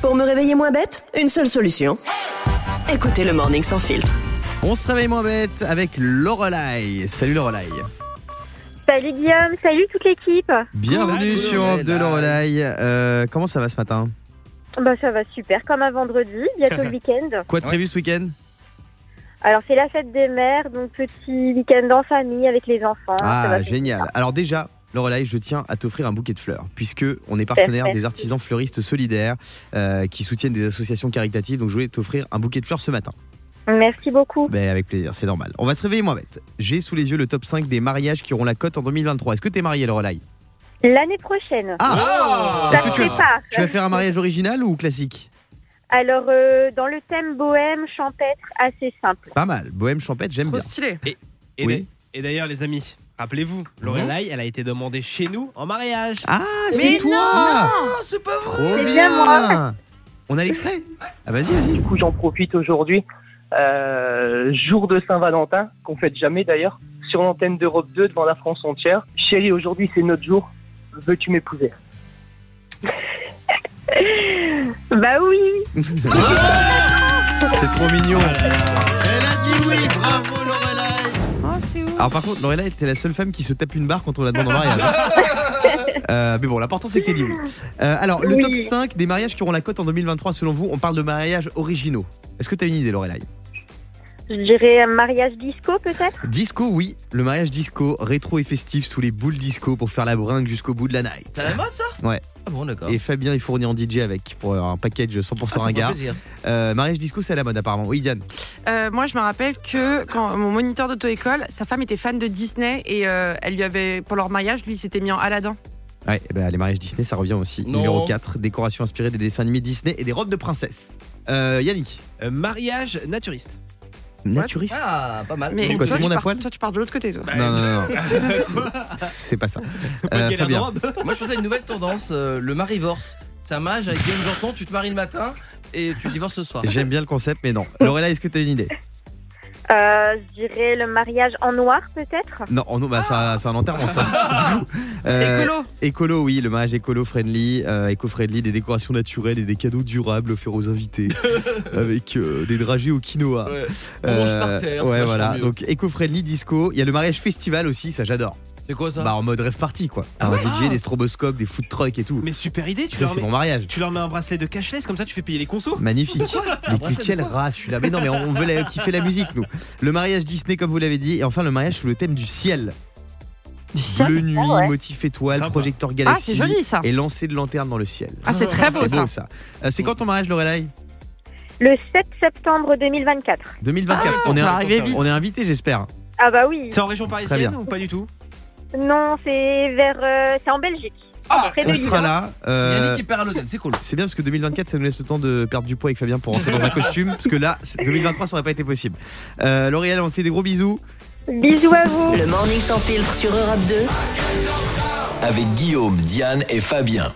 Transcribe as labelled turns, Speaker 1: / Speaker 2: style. Speaker 1: Pour me réveiller moins bête, une seule solution. Écoutez le Morning Sans Filtre.
Speaker 2: On se réveille moins bête avec Lorelai. Salut Lorelai.
Speaker 3: Salut Guillaume, salut toute l'équipe.
Speaker 2: Bienvenue
Speaker 4: Coucou,
Speaker 2: sur Europe de
Speaker 4: Lorelai.
Speaker 2: Lorelai. Euh, comment ça va ce matin
Speaker 3: Bah ça va super, comme un vendredi, bientôt le week-end.
Speaker 2: Quoi de prévu ce week-end
Speaker 3: Alors c'est la fête des mères, donc petit week-end en famille avec les enfants. ça va
Speaker 2: Ah,
Speaker 3: bien.
Speaker 2: génial. Alors déjà, Lorelai, je tiens à t'offrir un bouquet de fleurs, puisque on est partenaire
Speaker 3: Parfait.
Speaker 2: des artisans fleuristes solidaires euh, qui soutiennent des associations caritatives. Donc je voulais t'offrir un bouquet de fleurs ce matin.
Speaker 3: Merci beaucoup.
Speaker 2: Ben, avec plaisir, c'est normal. On va se réveiller moins bête. J'ai sous les yeux le top 5 des mariages qui auront la cote en 2023. Est-ce que t'es mariée, Lorelai
Speaker 3: L'année prochaine.
Speaker 2: Ah
Speaker 3: ça
Speaker 4: Oh
Speaker 2: Est-ce que
Speaker 3: se
Speaker 2: tu vas-
Speaker 3: prépare.
Speaker 2: tu vas faire un mariage original ou classique
Speaker 3: Alors euh, dans le thème bohème, champêtre, assez simple.
Speaker 2: Pas mal. Bohème champêtre, j'aime
Speaker 5: Trop
Speaker 2: bien.
Speaker 5: stylé.
Speaker 4: Et
Speaker 2: Oui.
Speaker 4: d'a- Et d'ailleurs, les amis, rappelez-vous, Lorelai, elle a été demandée chez nous en mariage.
Speaker 2: Ah,
Speaker 5: Mais
Speaker 2: c'est toi
Speaker 5: non, Oh, c'est pas vrai.
Speaker 2: Trop
Speaker 3: C'est
Speaker 2: bien,
Speaker 3: bien
Speaker 2: On a l'extrait Ah, vas-y, vas-y.
Speaker 6: Du coup, j'en profite aujourd'hui, euh, jour de Saint-Valentin, qu'on fête jamais d'ailleurs, sur l'antenne d'Europe 2 devant la France entière. Chérie, aujourd'hui c'est notre jour. Veux-tu m'épouser
Speaker 3: Bah oui.
Speaker 2: C'est trop mignon. Elle a dit oui, bravo
Speaker 5: Oh, c'est ouf.
Speaker 2: Alors par contre, Lorelai était la seule femme qui se tape une barre quand on la demande en mariage. Euh, mais bon, l'important c'est que t'es dit oui. Euh, alors, le
Speaker 3: Oui.
Speaker 2: top 5 des mariages qui auront la cote en 2023, selon vous, on parle de mariages originaux. Est-ce que t'as une idée, Lorelai
Speaker 3: Je dirais un mariage disco peut-être.
Speaker 2: Disco, oui. Le mariage disco, rétro et festif sous les boules disco pour faire la bringue jusqu'au bout de la night.
Speaker 5: C'est à la mode ça
Speaker 2: Ouais.
Speaker 5: Ah bon, d'accord.
Speaker 2: Et Fabien est fourni en DJ avec pour un package 100%
Speaker 5: Ah, ça me fait
Speaker 2: ringard.
Speaker 5: plaisir.
Speaker 2: Euh, mariage disco, c'est à la mode apparemment. Oui, Diane.
Speaker 5: Euh, moi, je me rappelle que quand mon moniteur d'auto-école, sa femme était fan de Disney et euh, elle lui avait, pour leur mariage, lui, il s'était mis en Aladdin.
Speaker 2: Ouais, eh ben, les mariages Disney, ça revient aussi.
Speaker 4: Non.
Speaker 2: Numéro 4, décoration inspirée des dessins animés Disney et des robes de princesse. Euh, Yannick,
Speaker 4: Euh, mariage naturiste.
Speaker 2: naturiste.
Speaker 5: Ah, pas mal.
Speaker 2: Pourquoi, tout
Speaker 5: toi,
Speaker 2: le monde
Speaker 5: tu
Speaker 2: à
Speaker 5: pars-
Speaker 2: poil Bah,
Speaker 5: toi, tu pars de l'autre côté, toi.
Speaker 2: Non, non, non, non. C'est- c'est pas ça. Euh,
Speaker 4: bah, Quelle
Speaker 2: Fabien.
Speaker 4: robe
Speaker 7: Moi, je pensais à une nouvelle tendance, euh, le marivorce. C'est un mariage avec Guillaume Janton, tu te maries le matin et tu divorces le soir.
Speaker 2: J'aime bien le concept, mais non. Lorella, est-ce que t'as une idée
Speaker 3: Euh, je dirais le mariage en noir peut-être.
Speaker 2: Non, oh non bah, ça- c'est un enterrement, ça. Du coup, euh,
Speaker 5: Écolo.
Speaker 2: écolo, oui, le mariage écolo-friendly, euh, éco-friendly, des décorations naturelles et des cadeaux durables offerts aux invités, avec euh, des dragées au quinoa.
Speaker 7: Ouais. On mange par terre, c'est
Speaker 2: Euh, ouais,
Speaker 7: vachement
Speaker 2: voilà.
Speaker 7: mieux.
Speaker 2: Donc éco-friendly, disco. Il y a le mariage festival aussi, ça j'adore.
Speaker 7: C'est quoi ça
Speaker 2: Bah en mode rêve party quoi.
Speaker 5: Ah
Speaker 2: un DJ, des stroboscopes, des food trucks et tout.
Speaker 4: Mais super idée, tu
Speaker 2: ça
Speaker 4: leur,
Speaker 2: c'est
Speaker 4: mets,
Speaker 2: mon mariage.
Speaker 4: tu leur mets un bracelet de cashless, comme ça tu fais payer les consos.
Speaker 2: Magnifique. Mais
Speaker 7: Pourquoi ça
Speaker 2: quel rat celui-là. Mais non, mais on veut la- kiffer la musique nous. Le mariage Disney comme vous l'avez dit et enfin le mariage sous le thème du ciel.
Speaker 5: Du ciel
Speaker 2: Bleu nuit,
Speaker 3: ouais.
Speaker 2: motif étoile,
Speaker 4: Sympa.
Speaker 2: projecteur
Speaker 5: Ah,
Speaker 2: galaxie.
Speaker 5: c'est joli ça.
Speaker 2: Et lancer de lanterne dans le ciel.
Speaker 5: Ah, c'est très beau
Speaker 2: c'est beau
Speaker 5: ça.
Speaker 2: ça.
Speaker 5: Ah,
Speaker 2: Euh, c'est quand ton mariage Lorelai
Speaker 3: Le 7 septembre 2024.
Speaker 2: 2024.
Speaker 5: On
Speaker 2: on est
Speaker 5: va
Speaker 2: un-
Speaker 5: arriver vite.
Speaker 2: on est invité j'espère.
Speaker 3: Ah bah oui.
Speaker 4: C'est en région parisienne
Speaker 2: bien.
Speaker 4: ou pas du tout
Speaker 3: Non, c'est vers, euh, c'est en Belgique. près de
Speaker 2: On
Speaker 3: Lille.
Speaker 2: sera là. euh,
Speaker 7: Yannick qui perd à l'hôtel, c'est cool.
Speaker 2: C'est bien parce que 2024, ça nous laisse le temps de perdre du poids avec Fabien pour rentrer dans un costume. Parce que là, c'est- 2023, ça aurait pas été possible. Euh, L'Oréal, on te fait des gros bisous.
Speaker 3: Bisous à vous.
Speaker 1: Le Morning Sans Filtre sur Europe 2.
Speaker 7: Avec Guillaume, Diane et Fabien.